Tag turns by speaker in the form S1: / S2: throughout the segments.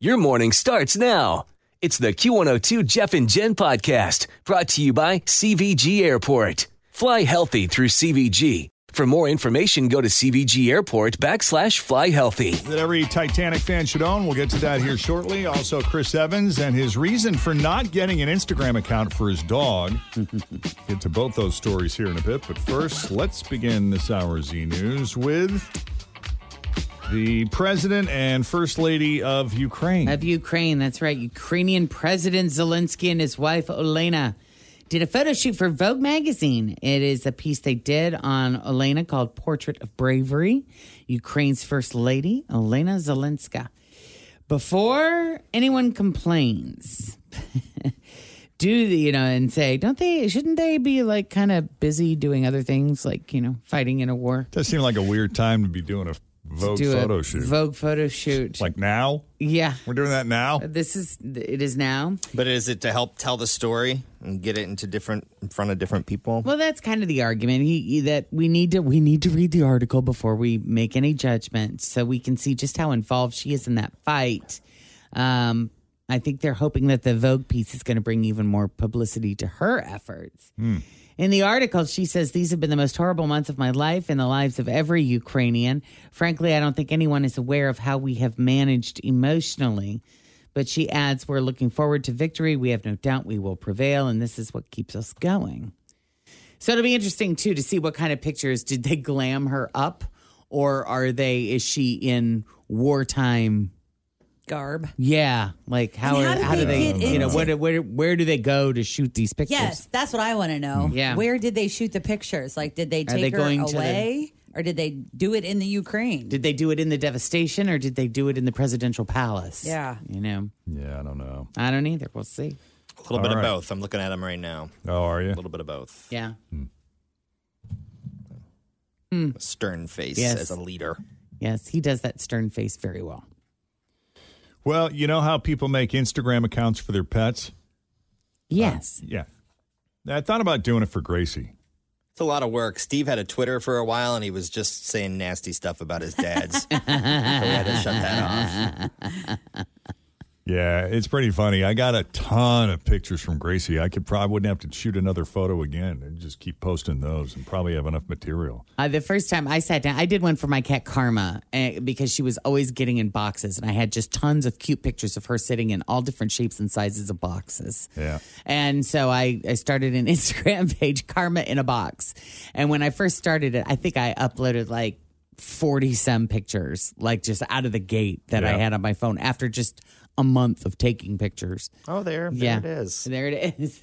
S1: Your morning starts now. It's the Q102 Jeff and Jen podcast brought to you by CVG Airport. Fly healthy through CVG. For more information, go to CVG Airport backslash fly healthy.
S2: that every Titanic fan should own. We'll get to that here shortly. Also, Chris Evans and his reason for not getting an Instagram account for his dog. get to both those stories here in a bit. But first, let's begin this hour's e news with the president and first lady of Ukraine.
S3: Of Ukraine, that's right. Ukrainian President Zelensky and his wife Olena did a photo shoot for Vogue magazine. It is a piece they did on Olena called Portrait of Bravery, Ukraine's first lady, Olena Zelenska. Before anyone complains, do the, you know, and say, don't they, shouldn't they be like kind of busy doing other things like, you know, fighting in a war?
S2: Does seem like a weird time to be doing a Vogue
S3: do
S2: photo
S3: a
S2: shoot.
S3: Vogue photo shoot.
S2: like now?
S3: yeah.
S2: We're doing that now?
S3: This is, it is now.
S4: But is it to help tell the story and get it into different in front of different people?
S3: Well, that's kind of the argument he, he- that we need to we need to read the article before we make any judgments, so we can see just how involved she is in that fight. Um, I think they're hoping that the Vogue piece is going to bring even more publicity to her efforts. In the article, she says these have been the most horrible months of my life and the lives of every Ukrainian. Frankly, I don't think anyone is aware of how we have managed emotionally. But she adds, we're looking forward to victory. We have no doubt we will prevail, and this is what keeps us going. So it'll be interesting too to see what kind of pictures did they glam her up, or are they? Is she in wartime?
S5: garb.
S3: Yeah, like how?
S5: And
S3: Are,
S5: how did
S3: how do
S5: they
S3: they?
S5: get
S3: you know,
S5: into-
S3: where, do- where where do they go to shoot these pictures?
S5: Yes, that's what I want to know.
S3: Yeah.
S5: Where did they shoot the pictures? Like, did they
S3: Are
S5: take
S3: they
S5: her
S3: going to the-
S5: away, or did they do it in the Ukraine?
S3: Did they do it in the devastation, or did they do it in the presidential palace?
S5: Yeah.
S3: you know,
S2: Yeah, I don't know.
S3: I don't either. We'll see.
S4: A little bit
S2: All right.
S4: of both. I'm looking at them right now.
S2: Oh, are you?
S4: A little bit of both.
S3: Yeah,
S4: A stern face
S3: Yes.
S4: as a leader.
S3: yes, he does that stern face very well.
S2: Well, you know how people make Instagram accounts for their pets?
S3: Yes,
S2: Yeah. I thought about doing it for Gracie.
S4: It's a lot of work. Steve had a Twitter for a while, and he was just saying nasty stuff about his dad's. so we had to shut that off.
S2: Yeah, it's pretty funny. I got a ton of pictures from Gracie. I could probably wouldn't have to shoot another photo again and just keep posting those and probably have enough material.
S3: Uh, the first time I sat down, I did one for my cat Karma eh, because she was always getting in boxes, and I had just tons of cute pictures of her sitting in all different shapes and sizes of boxes.
S2: Yeah.
S3: And so I, I started an Instagram page, Karma in a Box. And when I first started it, I think I uploaded like 40 some pictures, like just out of the gate that I
S2: Yeah.
S3: had on my phone after just a month of taking pictures.
S4: Oh, there, there
S3: yeah.
S4: it is.
S3: There it is.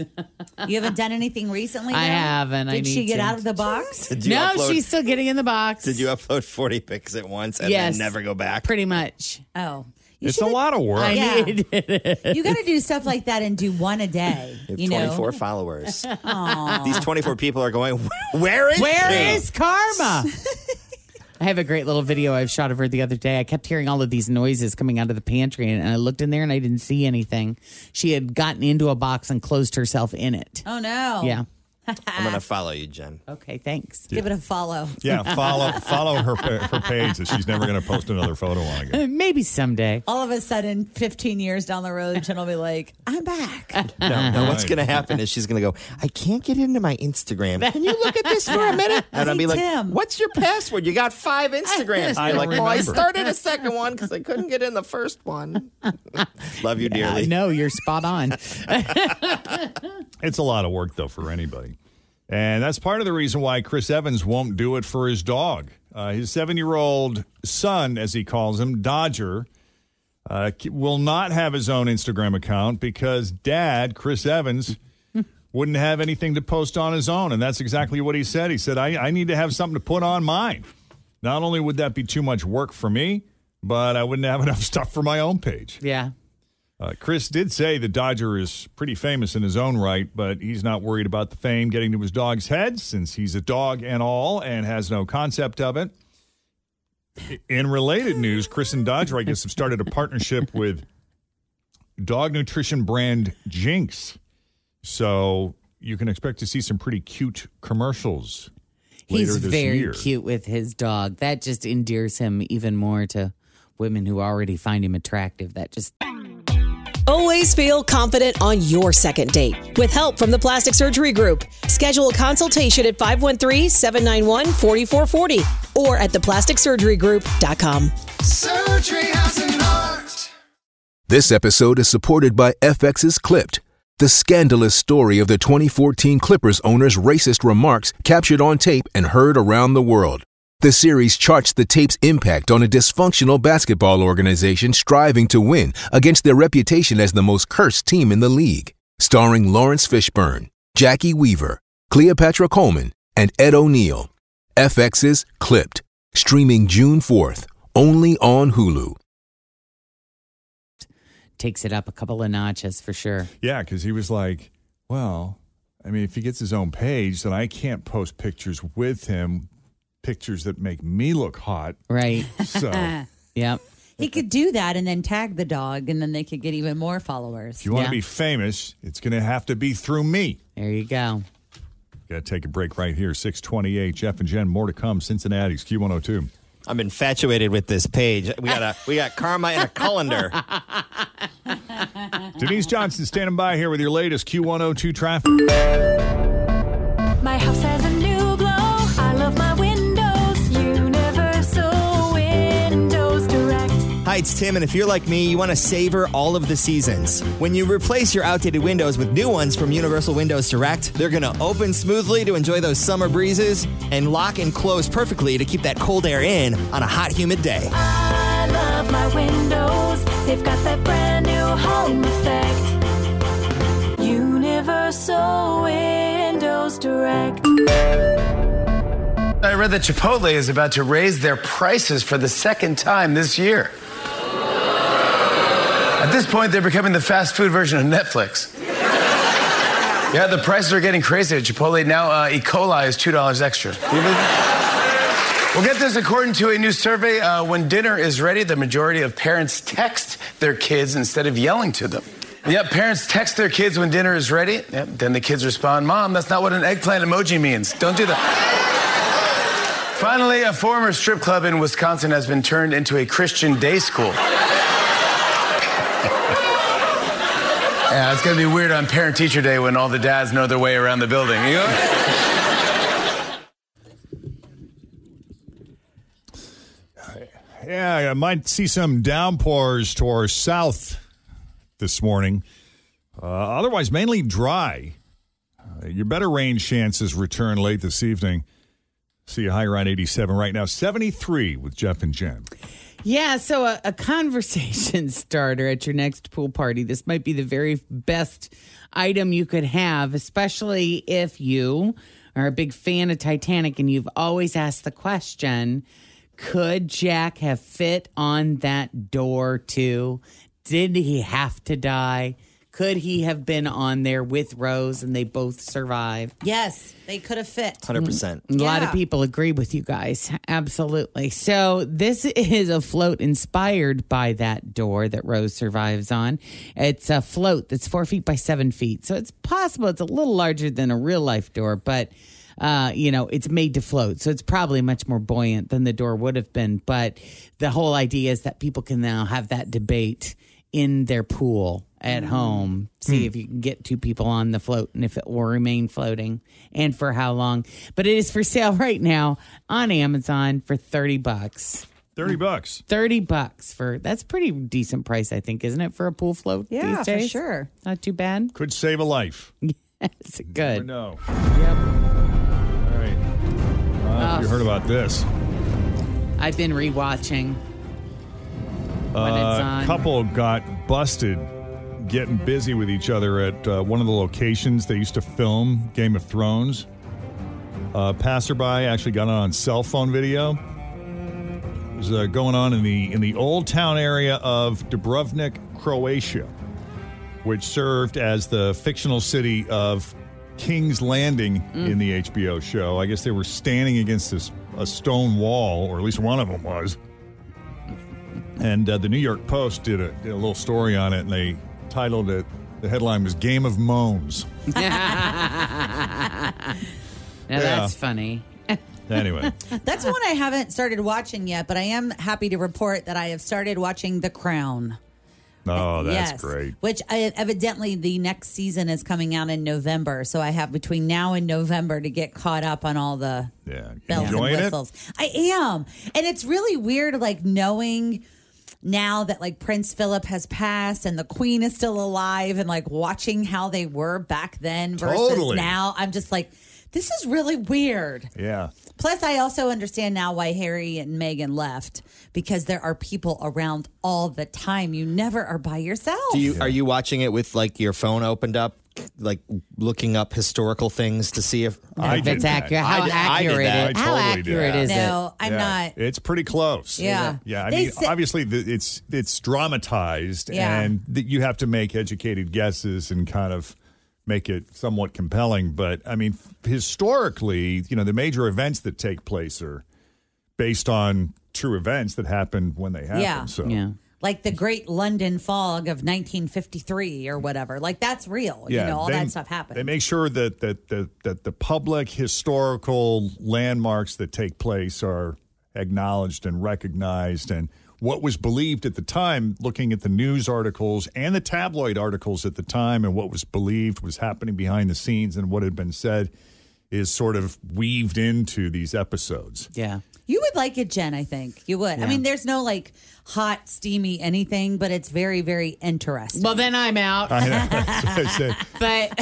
S5: you haven't done anything recently.
S3: I
S5: though?
S3: haven't.
S5: Did
S3: I
S5: she
S3: need
S5: get
S3: to.
S5: out of the box?
S4: Did you
S3: No,
S4: upload,
S3: she's still getting in the box.
S4: Did you upload 40 pics at once and
S3: Yes.
S4: then never go back?
S3: Pretty much.
S5: oh, you
S2: It's a
S5: should've-
S2: lot of work.
S3: I
S5: Yeah.
S3: needed it.
S5: You got to do stuff like that and do one a day.
S4: You have
S5: You
S4: 24
S5: know,
S4: followers. These 24 people are going, where is
S3: Where
S4: she?
S3: is Karma? I have a great little video I shot of her the other day. I kept hearing all of these noises coming out of the pantry, and I looked in there and I didn't see anything. She had gotten into a box and closed herself in it.
S5: Oh no.
S3: Yeah.
S4: I'm going to follow you, Jen.
S3: Okay, thanks.
S5: Give it a follow.
S2: Yeah, follow follow her pa- her page that she's never going to post another photo on again.
S3: Uh, Maybe someday.
S5: All of a sudden, 15 years down the road, Jen will be like, I'm back.
S4: No, no what's
S2: Right.
S4: going to happen is she's going to go, I can't get into my Instagram. Can you look at this for a minute? And I'll
S5: Hey,
S4: be like,
S5: Tim.
S4: what's your password? You got five Instagrams.
S2: I
S4: You're
S2: don't
S4: like, oh, I
S2: remember."
S4: started a second one because I couldn't get in the first one. Love you
S3: I
S4: dearly.
S3: know Uh, you're spot on.
S2: It's a lot of work though for anybody, and that's part of the reason why Chris Evans won't do it for his dog. Uh, his seven year old son, as he calls him, Dodger, uh, c- will not have his own Instagram account because Dad, Chris Evans. Wouldn't have anything to post on his own. And that's exactly what he said. He said, I, I need to have something to put on mine. Not only would that be too much work for me, but I wouldn't have enough stuff for my own page.
S3: yeah.
S2: Uh, Chris did say the Dodger is pretty famous in his own right, but he's not worried about the fame getting to his dog's head since he's a dog and all and has no concept of it. In related news, Chris and Dodger, I guess, have started a partnership with dog nutrition brand Jinx. So you can expect to see some pretty cute commercials later
S3: He's
S2: this
S3: very
S2: year.
S3: cute with his dog. That just endears him even more to women who already find him attractive. That just
S6: Always feel confident on your second date. With help from the Plastic Surgery Group, schedule a consultation at 513-791-4440 or at theplasticsurgerygroup.com.
S7: Surgery has an art.
S8: This episode is supported by FX's Clipped, the scandalous story of the 2014 Clippers owner's racist remarks captured on tape and heard around the world. The series charts the tape's impact on a dysfunctional basketball organization striving to win against their reputation as the most cursed team in the league. Starring Lawrence Fishburne, Jackie Weaver, Cleopatra Coleman, and Ed O'Neill. FX's Clipped, streaming June 4th, only on Hulu.
S3: takes it up a couple of notches for sure.
S2: Yeah, because he was like, well, I mean, if he gets his own page, then I can't post pictures with him, pictures that make me look hot.
S3: Right.
S2: So if
S3: Yep.
S5: He could do that and then tag the dog, and then they could get even more followers.
S2: you want to
S3: Yeah.
S2: be famous, it's going to have to be through me.
S3: There you go.
S2: Got to take a break right here. 628, Jeff and Jen, more to come. Cincinnati's Q102.
S4: I'm infatuated with this page. We got a we got Karma and a colander.
S2: Denise Johnson standing by here with your latest Q102 traffic.
S9: My house has a new glow. I love my windows. Universal Windows Direct.
S4: Hi, it's Tim, and if you're like me, you want to savor all of the seasons. When you replace your outdated windows with new ones from Universal Windows Direct, they're going to open smoothly to enjoy those summer breezes and lock and close perfectly to keep that cold air in on a hot, humid day.
S9: I love my windows. They've got that brand new home effect. Universal Windows Direct.
S7: I read that Chipotle is about to raise their prices for the second time this year. At this point, they're becoming the fast food version of Netflix. Yeah, the prices are getting crazy at Chipotle. Now, uh, E. coli is $2 extra. Can you believe it? Well, get this according to a new survey, uh, when dinner is ready, the majority of parents text their kids instead of yelling to them. Yep, parents text their kids when dinner is ready. Yep, then the kids respond, Mom, that's not what an eggplant emoji means. Don't do that. Finally, a former strip club in Wisconsin has been turned into a Christian day school. yeah, it's gonna be weird on Parent Teacher Day when all the dads know their way around the building. You know?
S2: Yeah, I might see some downpours to our south this morning. Uh, otherwise, mainly dry. Uh, your better rain chances return late this evening. See a high around 87 right now, 73 with Jeff and Jen.
S3: Yeah, so a, a conversation starter at your next pool party. This might be the very best item you could have, especially if you are a big fan of Titanic and you've always asked the question could Jack have fit on that door too? Did he have to die? Could he have been on there with Rose and they both survived?
S5: Yes, they could have fit.
S4: 100%.
S3: A lot of
S5: Yeah.
S3: people agree with you guys. Absolutely. So, this is a float inspired by that door that Rose survives on. It's a float that's four feet by seven feet. So, it's possible it's a little larger than a real life door, but. Uh, you know, it's made to float, so it's probably much more buoyant than the door would have been. But the whole idea is that people can now have that debate in their pool at home. See if you can get two people on the float and if it will remain floating and for how long. But it is for sale right now on Amazon for 30 bucks.
S2: 30 bucks.
S3: 30 bucks for that's pretty decent price, I think, isn't it, for a pool float? these
S5: Yeah, for
S3: days?
S5: sure.
S3: Not too bad.
S2: Could save a life.
S3: It's good.
S2: No. All right. Uh,
S3: Oh.
S2: You heard about this.
S3: I've been rewatching.
S2: A
S3: it's
S2: Uh,
S3: on.
S2: couple got busted getting busy with each other at uh, one of the locations they used to film Game of Thrones. Uh, passerby actually got it on cell phone video. It was uh, going on in the in the old town area of Dubrovnik, Croatia, which served as the fictional city of King's Landing
S3: Mm.
S2: in the HBO show. I guess they were standing against this a stone wall, or at least one of them was. And uh, the New York Post did a, did a little story on it, and they titled it. The headline was "Game of Moans."
S3: Now that's funny.
S2: Anyway,
S5: That's one I haven't started watching yet, but I am happy to report that I have started watching The Crown.
S2: oh, that's
S5: Yes.
S2: great.
S5: Which I, evidently the next season is coming out in November, so I have between now and November to get caught up on all the
S2: Yeah,
S5: bells
S2: enjoying
S5: and
S2: it.
S5: whistles. I am, and it's really weird, like knowing now that like Prince Philip has passed and the Queen is still alive, and like watching how they were back then versus
S2: Totally.
S5: now. I'm just like, this is really weird.
S2: Yeah.
S5: Plus, I also understand now why Harry and Meghan left because there are people around all the time. You never are by yourself.
S4: Do you are you watching it with like your phone opened up, like looking up historical things to see if oh,
S2: I
S3: if
S2: did
S3: it's
S2: that.
S3: accurate,
S4: I
S3: how
S4: did- I did
S3: accurate
S4: that.
S3: it,
S2: I
S3: how
S2: totally did
S3: accurate
S2: that.
S3: is it?
S5: no, I'm
S2: Yeah.
S5: not.
S2: It's pretty close.
S5: Yeah.
S2: Yeah. I
S5: They
S2: mean,
S5: sa-
S2: obviously, th- it's it's dramatized,
S5: Yeah.
S2: and th- you have to make educated guesses and kind of make it somewhat compelling. But I mean, f- historically, you know, the major events that take place are based on true events that happened when they happened.
S5: Yeah.
S2: So
S3: Yeah.
S5: Like the Great London Fog of 1953 or whatever. Like that's real. you know, all
S2: they-
S5: that stuff
S2: They
S5: happened.
S2: make sure that that that, that the public historical landmarks that take place are acknowledged and recognized and what was believed at the time looking at the news articles and the tabloid articles at the time and what was believed was happening behind the scenes and what had been said is sort of weaved into these episodes.
S3: Yeah.
S5: you would like it, Jen. I think you would. I mean, there's no like hot, steamy anything, but it's very, very interesting.
S3: Well, then I'm out.
S2: I know. That's what I said.
S3: but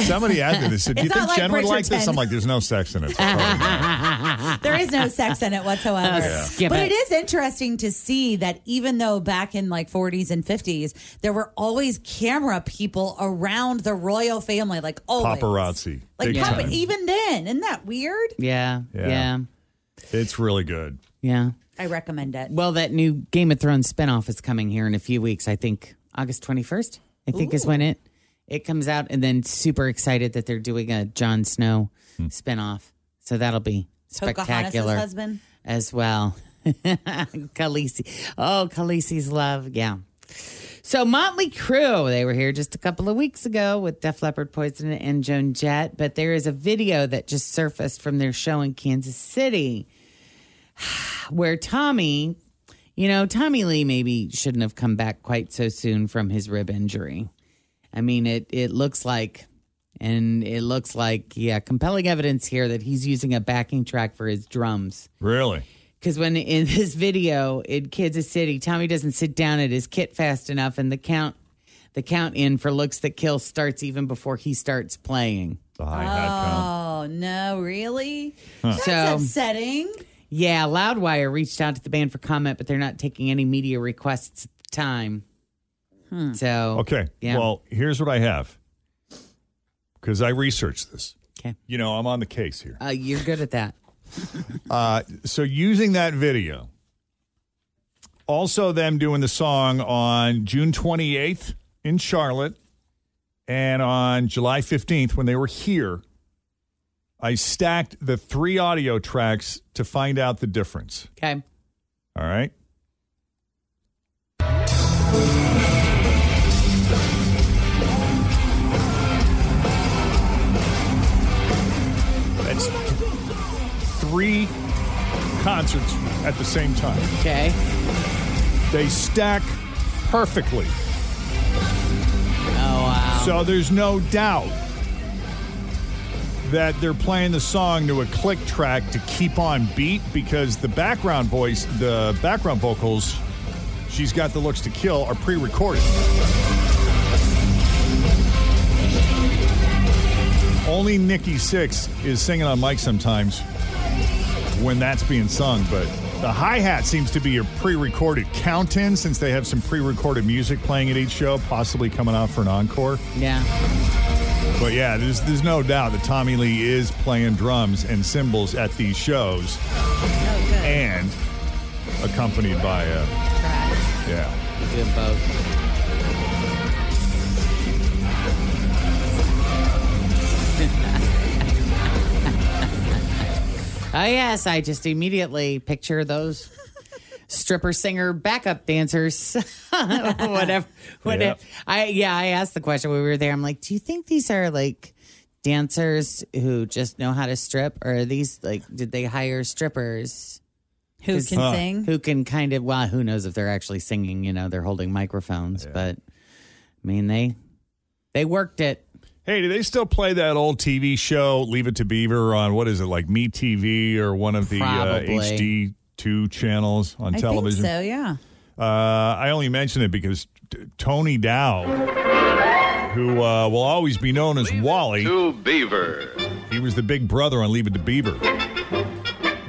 S2: Somebody asked me this. Do you
S5: It's
S2: think
S5: not like
S2: Jen would like this?
S5: Bridgerton.
S2: I'm like, there's no sex in it. Totally not.
S5: there is no sex in it whatsoever.
S3: Uh, skip
S5: but
S3: it.
S5: it is interesting to see that even though back in like 40s and 50s, there were always camera people around the royal family, like always.
S2: Paparazzi.
S5: Like e
S2: Big
S5: papa-
S2: time.
S5: even then, isn't that weird?
S3: yeah,
S2: Yeah.
S3: yeah,
S2: It's really good.
S3: yeah.
S5: I recommend it.
S3: Well, that new Game of Thrones spinoff is coming here in a few weeks. I think August 21st, I think is when it it comes out. And then super excited that they're doing a Jon Snow spinoff. So that'll be spectacular
S5: Hmm. Pocahontas' husband.
S3: as well. Khaleesi. Oh, Khaleesi's love. Yeah. So Motley Crue, they were here just a couple of weeks ago with Def Leppard, Poison, and Joan Jett. But there is a video that just surfaced from their show in Kansas City where Tommy, you know, Tommy Lee maybe shouldn't have come back quite so soon from his rib injury. I mean, it it looks like and it looks like yeah, compelling evidence here that he's using a backing track for his drums.
S2: Really?
S3: Because when in this video in Kansas City, Tommy doesn't sit down at his kit fast enough, and the count the count in for looks that kill starts even before he starts playing.
S2: The hi hat count.
S5: Oh no, really? That's
S3: So-
S5: upsetting.
S3: Yeah, Loudwire reached out to the band for comment, but they're not taking any media requests at the time. So
S2: Okay.
S3: yeah.
S2: Well, here's what I have because I researched this.
S3: 'Kay.
S2: You know, I'm on the case here.
S3: uh, you're good at that.
S2: Uh, so, using that video, also them doing the song on June 28th in Charlotte, And on July 15th, when they were here, I stacked the three audio tracks to find out the difference.
S3: Okay.
S2: All right. That's th- three concerts at the same time.
S3: Okay.
S2: They stack perfectly.
S3: Oh, wow.
S2: So there's no doubt that they're playing the song to a click track to keep on beat because the background voice, the background vocals, she's got the looks to kill are pre-recorded. Only Nikki Six is singing on mic sometimes when that's being sung, but the hi hat seems to be a pre recorded count in since they have some pre recorded music playing at each show, possibly coming out for an encore.
S3: Yeah.
S2: But yeah, there's, there's no doubt that Tommy Lee is playing drums and cymbals at these shows and accompanied by a. Yeah.
S3: Good vote. Oh, yes. I just immediately picture those stripper singer backup dancers. whatever. whatever. I, yeah, I asked the question when we were there. I'm like, do you think these are like dancers who just know how to strip? Or are these like, did they hire strippers?
S5: Who can
S2: Huh.
S5: sing?
S3: who can kind of well who knows if they're actually singing you know they're holding microphones but i mean they they worked it
S2: Hey, do they still play that old TV show, Leave It to Beaver, on what is it, like Me TV or one of the uh,
S3: Probably.
S2: HD2 channels on
S5: I
S2: television?
S5: think so. Yeah.
S2: Uh, I only mention it because t- Tony Dow, who uh, will always be known as Wally,
S10: To Beaver.
S2: he was the big brother on Leave It to Beaver.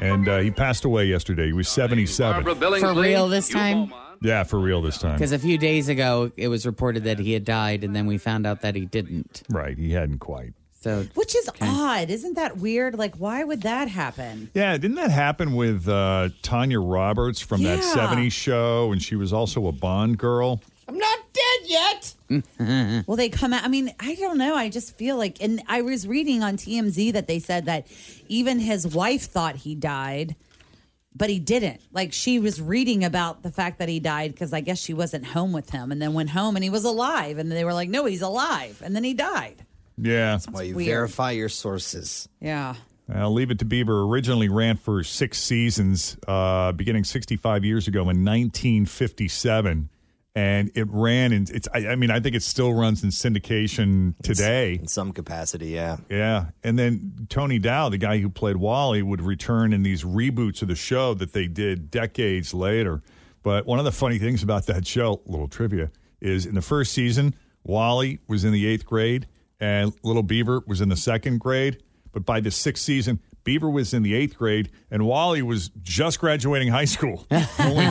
S2: And uh, he passed away yesterday. He was 77.
S3: for real this time
S2: Yeah, for real this time.
S3: because a few days ago it was reported that he had died and then we found out that he didn't
S2: Right, he hadn't quite.
S3: so
S5: Which is odd. Isn't that weird? Like, why would that happen?
S2: Yeah, didn't that happen with uh, Tanya Roberts from that
S5: Yeah.
S2: 70s show? And she was also a Bond girl.
S5: I'm not dead yet. well, they come out. I mean, I don't know. I just feel like, and I was reading on TMZ that they said that even his wife thought he died, but he didn't. Like, she was reading about the fact that he died because I guess she wasn't home with him and then went home and he was alive. And they were like, no, he's alive. And then he died.
S2: Yeah.
S4: Well, you
S5: weird.
S4: verify your sources.
S5: Yeah.
S2: Uh, Leave It to Beaver originally ran for six seasons, uh, beginning 65 years ago in 1957. And it ran, and it's, I, I mean, I think it still runs in syndication today.
S4: In some capacity, yeah.
S2: yeah. And then Tony Dow, the guy who played Wally, would return in these reboots of the show that they did decades later. But one of the funny things about that show, little trivia, is in the first season, Wally was in the eighth grade and Little Beaver was in the second grade. But by the sixth season, Beaver was in the eighth grade and Wally was just graduating high school. only,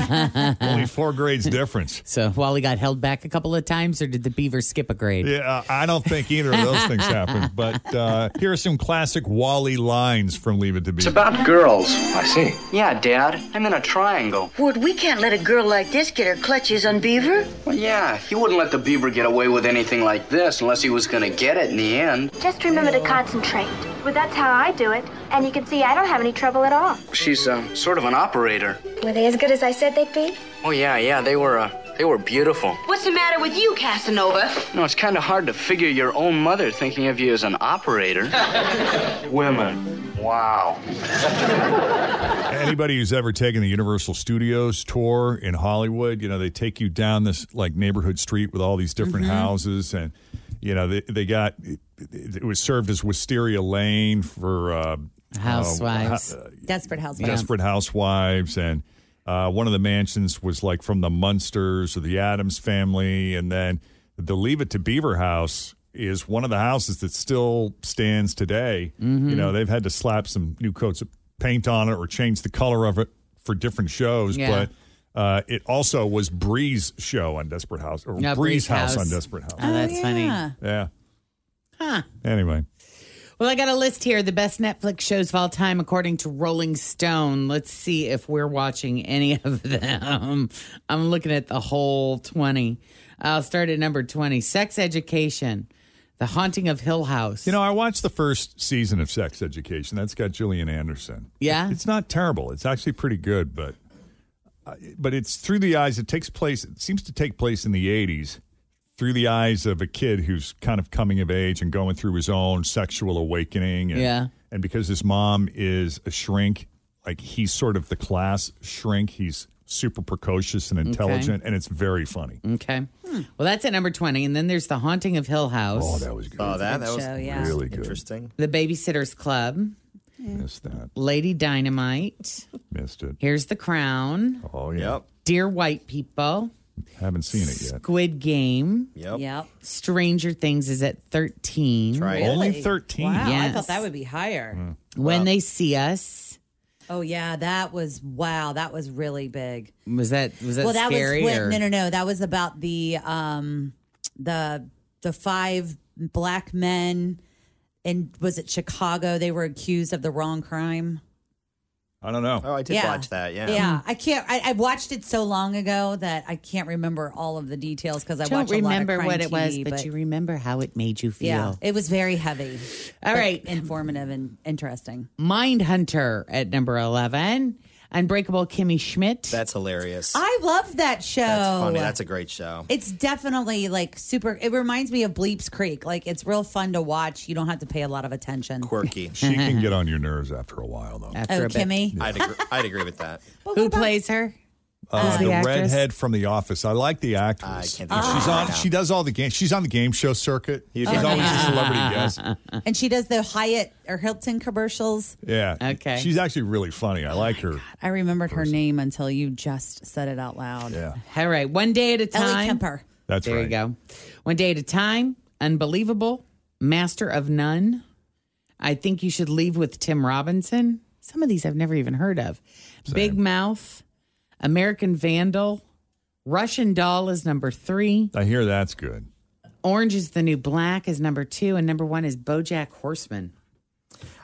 S2: only four grades difference.
S3: so while he got held back a couple of times or did the beaver skip a grade
S2: Yeah, I don't think either of those things happened. But uh, here are some classic Wally lines from Leave It to Beaver.
S10: About girls. I see.
S11: Yeah, Dad. I'm in a triangle.
S12: Ward, we can't let a girl like this get her clutches on Beaver.
S11: Well, yeah, he wouldn't let the beaver get away with anything like this unless he was gonna get it in the end.
S9: Just remember to concentrate. Well, that's how I do it. And you can see I don't have any trouble at all.
S11: She's um, sort of an operator.
S9: Were they as good as I said they'd be?
S11: Oh yeah, yeah, they were uh, they were beautiful.
S12: What's the matter with you, Casanova?
S11: No, it's kind of hard to figure your own mother thinking of you as an operator. Women. Wow.
S2: Anybody who's ever taken the Universal Studios tour in Hollywood, you know, they take you down this like neighborhood street with all these different houses, and you know, they, they got it, it was served as Wisteria Lane for uh,
S3: Oh, housewives
S5: Desperate housewives.
S2: Desperate Housewives, and uh, one of the mansions was like from the Munsters or the Adams family, and then the Leave It to Beaver house is one of the houses that still stands today.
S3: Mm-hmm.
S2: You know, they've had to slap some new coats of paint on it or change the color of it for different shows,
S3: Yeah.
S2: but. Uh, it also was Bree's show on Desperate House, or
S3: No,
S2: Bree's
S3: Bree's
S2: house. on
S3: house.
S2: Desperate House.
S3: oh that's funny
S5: Yeah.
S2: Yeah.
S3: huh
S2: Anyway,
S3: Well, I got a list here the best Netflix shows of all time according to Rolling Stone. Let's see if we're watching any of them. I'm looking at the whole 20. I'll start at number 20 Sex Education. The Haunting of Hill House.
S2: You know, I watched the first season of Sex Education. That's got Gillian Anderson.
S3: Yeah?
S2: It's not terrible. It's actually pretty good, but uh, but it's through the eyes. It takes place. It seems to take place in the '80s, through the eyes of a kid who's kind of coming of age and going through his own sexual awakening. And,
S3: Yeah.
S2: And because his mom is a shrink, like he's sort of the class shrink. He's super precocious and intelligent, and it's very funny.
S3: Okay. Well, that's at number 20. And then there's The Haunting of Hill House.
S2: Oh, that was good.
S4: Oh, that, that was
S2: really good.
S4: interesting.
S3: The Babysitter's Club.
S2: Missed that.
S3: Lady Dynamite.
S2: Missed it.
S3: Here's The Crown.
S2: Oh yeah.
S3: Dear White People.
S2: Haven't seen it yet.
S3: Squid Game.
S4: Yep.
S5: Yep.
S3: Stranger Things is at 13.
S5: Right. Really? Wow, I thought
S3: Yes.
S5: that would be higher.
S4: Mm-hmm.
S3: When They See Us.
S5: Oh yeah, that was wow. That was really big.
S3: Was that was that
S5: well, that
S3: scary?
S5: was
S3: or-
S5: no, no, no. That was about the um, the the five black men, and was it Chicago? They were accused of the wrong crime.
S2: I don't know.
S4: Oh, I did
S5: Yeah.
S4: watch that. Yeah.
S5: Yeah, I can't. I, I watched it so long ago that I can't remember all of the details because I
S3: don't
S5: watch
S3: remember
S5: a
S3: what
S5: lot of crime
S3: it was,
S5: TV,
S3: but, you remember how it made you feel.
S5: yeah, it was very heavy.
S3: All right.
S5: informative and interesting.
S3: Mind Hunter at number 11. Unbreakable Kimmy Schmidt.
S4: That's hilarious.
S5: I love that show.
S4: That's funny. That's a great show.
S5: It's definitely like super. It reminds me of Bleeps Creek. Like it's real fun to watch. You don't have to pay a lot of attention.
S4: Quirky.
S2: She can get on your nerves after a while, though.
S5: After Oh, a bit. Kimmy?
S4: I'd agree, I'd agree with that.
S3: Who plays her?
S2: Uh,
S3: Who's
S2: the,
S3: the actress?
S2: redhead from The Office. I like the actress.
S4: think
S5: of
S2: she's
S5: her
S2: on.
S5: right now.
S2: She does all the games. She's on the game show circuit. She's
S5: do.
S2: always a celebrity
S3: Yeah.
S2: guest.
S5: And she does the Hyatt or Hilton commercials.
S2: Yeah.
S5: Okay.
S2: She's actually really funny. I like her.
S5: I remembered her name until you just said it out loud.
S2: Yeah.
S3: All right, one day at a time.
S5: Ellie Kemper.
S2: That's
S3: there
S2: right.
S3: you go. One day at a time. Unbelievable. Master of none. I think you should leave with Tim Robinson. Some of these I've never even heard of. Big Mouth, American Vandal, Russian Doll is number three.
S2: I hear that's good.
S3: Orange is the New Black is number two, and number one is BoJack Horseman.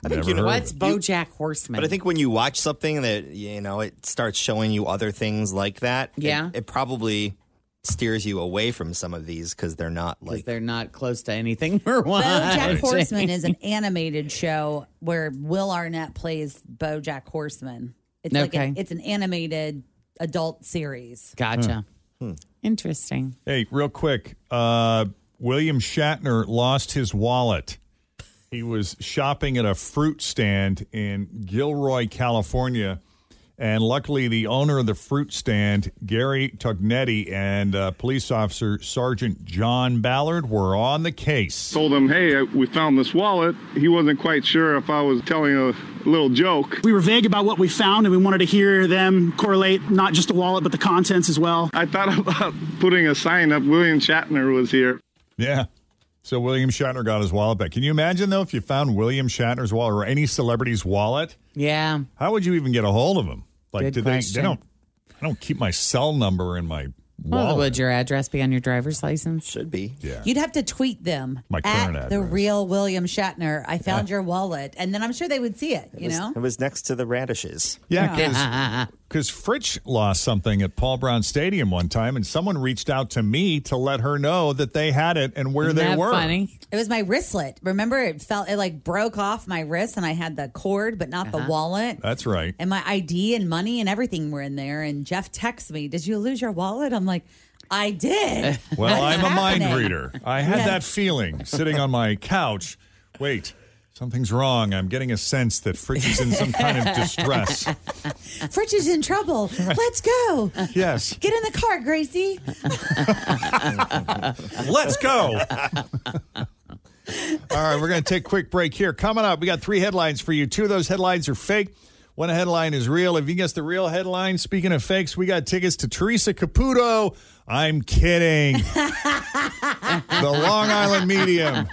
S4: I think
S2: Never
S4: you know
S2: heard
S3: What's
S4: You-
S3: BoJack Horseman?
S4: But I think when you watch something that you know it starts showing you other things like that, it-
S3: Yeah.
S4: it, probably steers you away from some of these because they're not like
S3: they're not close to anything we're watching.
S5: BoJack Horseman is an animated show where Will Arnett plays BoJack Horseman. It's like
S3: Okay.
S5: an, it's an animated adult series.
S3: Gotcha. Interesting.
S2: Hey, real quick. Uh, William Shatner lost his wallet. He was shopping at a fruit stand in Gilroy, California. And luckily, the owner of the fruit stand, Gary Tugnetti, and uh, police officer Sergeant John Ballard were on the case.
S13: Told him, hey, uh, we found this wallet. He wasn't quite sure if I was telling a little joke.
S14: We were vague about what we found, and we wanted to hear them correlate not just the wallet, but the contents as well.
S13: I thought about putting a sign up, William Shatner was here.
S2: Yeah. So William Shatner got his wallet back. Can you imagine though if you found William Shatner's wallet or any celebrity's wallet?
S3: Yeah.
S2: How would you even get a hold of him? Like
S3: Good
S2: do they, they
S3: question.
S2: don't I don't keep my cell number in my
S3: Well,
S2: wallet.
S3: would your address be on your driver's license?
S4: Should be.
S2: Yeah.
S5: You'd have to tweet them
S2: My
S5: at
S2: current
S5: the
S2: address.
S5: real William Shatner. I found your wallet, and then I'm sure they would see it. You know,
S4: it was next to the radishes.
S2: yeah, because Fritch lost something at Paul Brown Stadium one time, and someone reached out to me to let her know that they had it and where they were.
S5: It was my wristlet. Remember, it felt it like broke off my wrist, and I had the cord, but not the wallet.
S2: That's right.
S5: And my ID and money and everything were in there. And Jeff texts me, "Did you lose your wallet?" I'm like, "I did."
S2: Well,
S5: What is
S2: I'm a mind
S5: happening?
S2: reader. I had
S5: Yeah.
S2: that feeling sitting on my couch. Wait, something's wrong. I'm getting a sense that Fritz is in some kind of distress.
S5: Fritch is in trouble. Let's go.
S2: Yes.
S5: Get in the car, Gracie.
S2: Let's go. All right, we're going to take a quick break here. Coming up, we got three headlines for you. Two of those headlines are fake. One headline is real. If you guess the real headline, speaking of fakes, we got tickets to Teresa Caputo. I'm kidding. the Long Island Medium.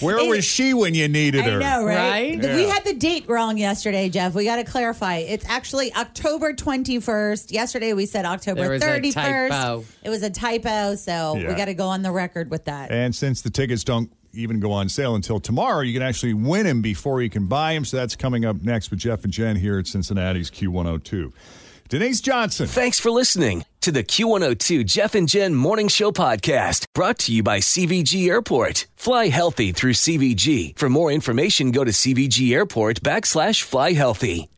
S2: Where was she when you needed
S5: I
S2: her?
S5: know, right?
S3: Right?
S5: Th- We
S2: Yeah.
S5: had the date wrong yesterday, Jeff. We got to clarify. It's actually October 21st. Yesterday we said October
S3: There was a
S5: 31st.
S3: typo.
S5: It was a typo, so we
S2: Yeah.
S5: got to go on the record with that.
S2: And since the tickets don't even go on sale until tomorrow, you can actually win them before you can buy them. So that's coming up next with Jeff and Jen here at Cincinnati's Q102. Denise Johnson.
S8: Thanks for listening to the Q102 Jeff and Jen Morning Show Podcast, brought to you by CVG Airport. Fly healthy through CVG. For more information, go to CVG Airport backslash fly healthy.